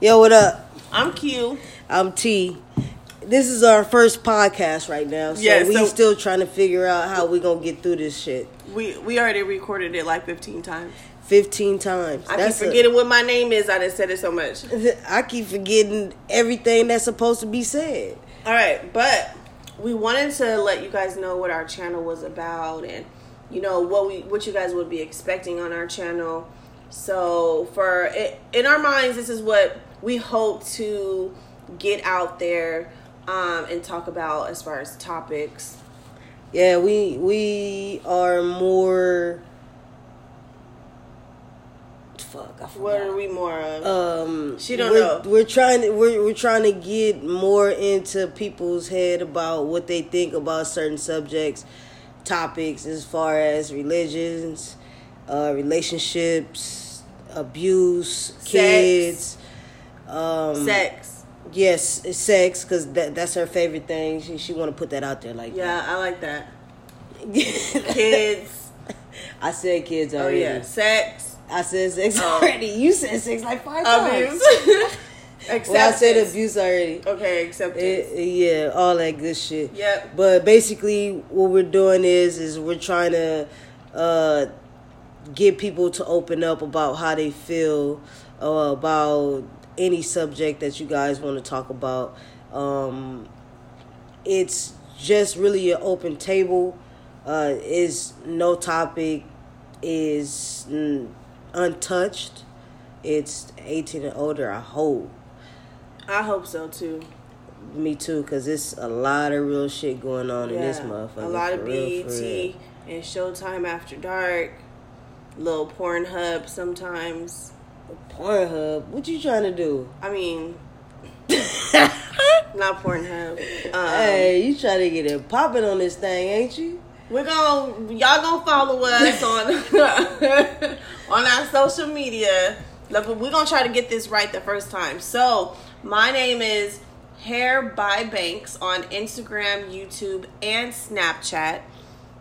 Yo, what up? I'm Q. I'm T. This is our first podcast right now, so Yeah, we so- still trying to figure out how we gonna get through this shit. We we already recorded it like 15 times. Fifteen times. I That's a- keep forgetting what my name is. I done said it so much. I keep forgetting everything that's supposed to be said. All right, but we wanted to let you guys know what our channel was about and you know what we what you guys would be expecting on our channel. So for it, in our minds, this is what we hope to get out there um, and talk about as far as topics. Yeah, we we are more. Fuck, I forgot. What are we more of? um She don't we're, know. we're trying to we're, we're trying to get more into people's head about what they think about certain subjects topics as far as religions uh relationships abuse kids um Sex. yes sex because that, that's her favorite thing she, she want to put that out there like Yeah, I like that. that. Kids. i said kids Oh already yeah, sex. i said sex Oh. already you said sex like five times Abuse. Acceptance. well i said abuse already Okay, acceptance. It, yeah, all that good shit. Yep. But basically, what we're doing is is we're trying to uh, get people to open up about how they feel uh, about any subject that you guys want to talk about. Um, it's just really an open table. Uh, is no topic is mm, untouched. It's eighteen and older. I hope. I hope so too. Me too, cause it's a lot of real shit going on in this motherfucker. A E lot of for real, for real. BET and Showtime After Dark, little Pornhub sometimes. Pornhub, what you trying to do? I mean, not Pornhub. Um, hey, you trying to get it popping on this thing, ain't you? We're gonna y'all gonna follow us on on our social media. Look, We're gonna try to get this right the first time. So my name is Hair by Banks on Instagram, YouTube, and Snapchat.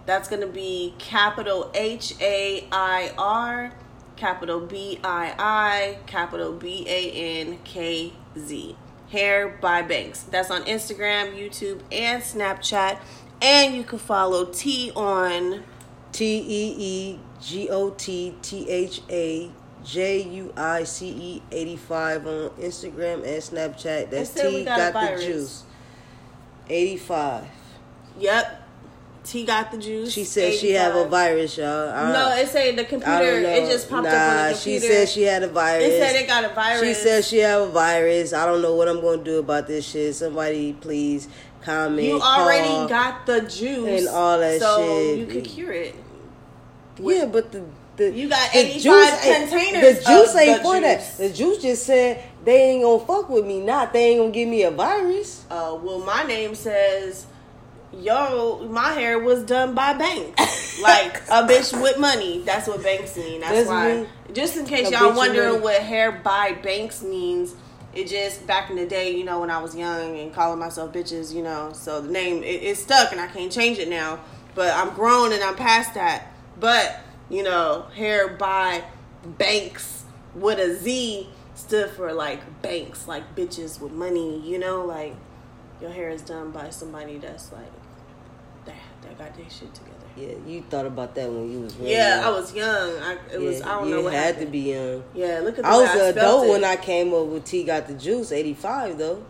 That's gonna be capital H A I R, capital B I I, capital B A N K Z. Hair by Banks. That's on Instagram, YouTube, and Snapchat. And you can follow T on T E E G O T T H A J U I C E eighty five on Instagram and Snapchat. That's said we T got got, a the virus. juice. Eighty five. Yep. T got the juice. She said she have a 85. virus, y'all. I, No, it said the I computer. don't know. It just popped nah, up on the she computer. said she had a virus. It said it got a virus. She says she have a virus. I don't know what I'm going to do about this shit. Somebody please comment. you already call. got the juice and all that so shit. you can cure it. yeah, but the. The, You got the 85 ain't- containers The juice of ain't the for juice. that. The juice just said they ain't gonna fuck with me. Not they ain't gonna give me a virus. Uh, well, my name says, yo, my hair was done by Banks, like a bitch with money. That's what Banks mean. That's Doesn't why. mean just in a case bitch y'all with money. wondering what hair by Banks means, it just back in the day, you know, when I was young and calling myself bitches, you know, so the name it, it stuck and I can't change it now. But I'm grown and I'm past that. But you know, hair by Banks with a Z stood for like banks, like bitches with money. You know, like your hair is done by somebody that's like that that got their shit together. Yeah, you thought about that when you was real Yeah, young. I was young. I it was I don't you know what had happened. to be young. Yeah, look at the I was way I an adult spelled it. when I came up with T got the juice. Eighty five though.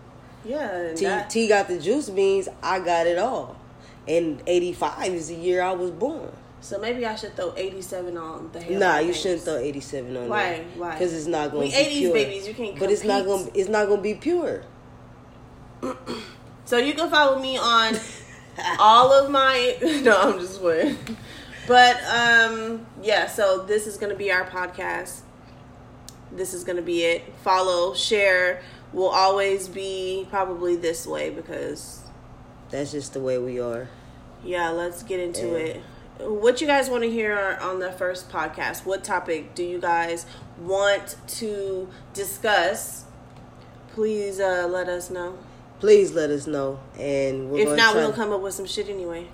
yeah and T, that- T got the juice means I got it all. And 85 is the year I was born. so maybe I should throw eighty seven on the hair. nah, like you banks. shouldn't throw 87 on Why? there. Why? Because it's not going We to be 80s pure. babies, you can't But it's not compete. going. to It's not going to be pure. So you can follow me on all of my. No, I'm just playing. But um, yeah, so this is gonna be our podcast. This is gonna be it. Follow, share. Will always be probably this way because That's just the way we are. yeah. Let's get into it. What you guys want to hear on the first podcast? What topic do you guys want to discuss? Please uh, let us know. Please let us know, and we're If gonna not, try, we'll come up with some shit anyway.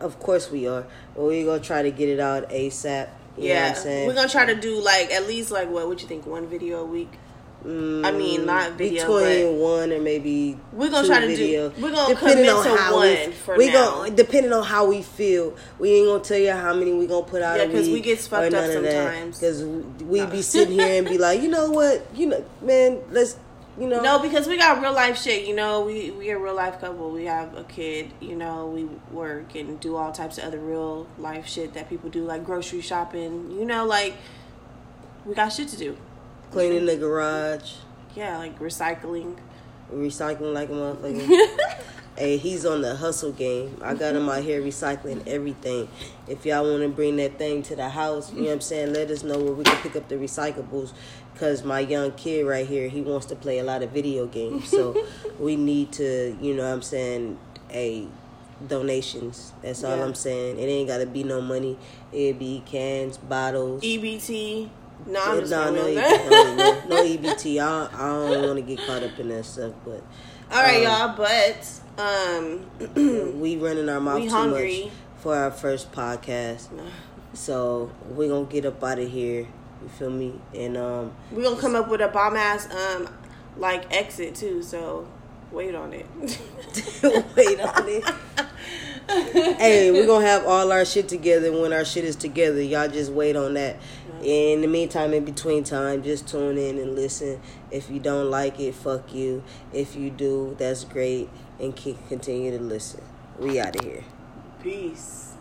Of course we are. But we're gonna try to get it out ASAP. You know what I'm Yeah, saying? we're gonna try to do like at least like what would you think one video a week? I mean, not video, Mm, between but one or maybe We're gonna two try to do- video. we're gonna commit to one we, for we now. gonna- depending on how we feel. We ain't gonna tell you how many we gonna put out. Yeah, a 'cause we week gets fucked or up none of that. sometimes. 'Cause we be sitting here and be like, you know what, you know, man, let's, you know, no, because we got real life shit. You know, we we a real life couple. We have a kid. You know, we work and do all types of other real life shit that people do, like grocery shopping. You know, like we got shit to do. cleaning the garage, Yeah, like recycling. recycling like a motherfucker. hey, he's on the hustle game. I got him out here recycling everything. If y'all want to bring that thing to the house, you know what I'm saying? Let us know where we can pick up the recyclables. Cause my young kid right here, he wants to play a lot of video games. So we need to, you know what I'm saying, a donations. That's all Yeah. I'm saying. It ain't gotta be no money. It'd be cans, bottles. EBT. E No, I'm No, just no, gonna no, leave EBT, that. no, no, no EBT. I, don't- I don't want to get caught up in that stuff, but All right, um, y'all. But um, we running our mouth We too hungry. much for our first podcast. So we gonna get up out of here. You feel me? And um, we gonna come up with a bomb ass um, like exit too. So wait on it. wait on it. hey, we gonna have all our shit together when our shit is together. Y'all just wait on that. In the meantime, in between time, just tune in and listen. If you don't like it, fuck you. If you do, that's great, and keep continue to listen. We out of here. Peace.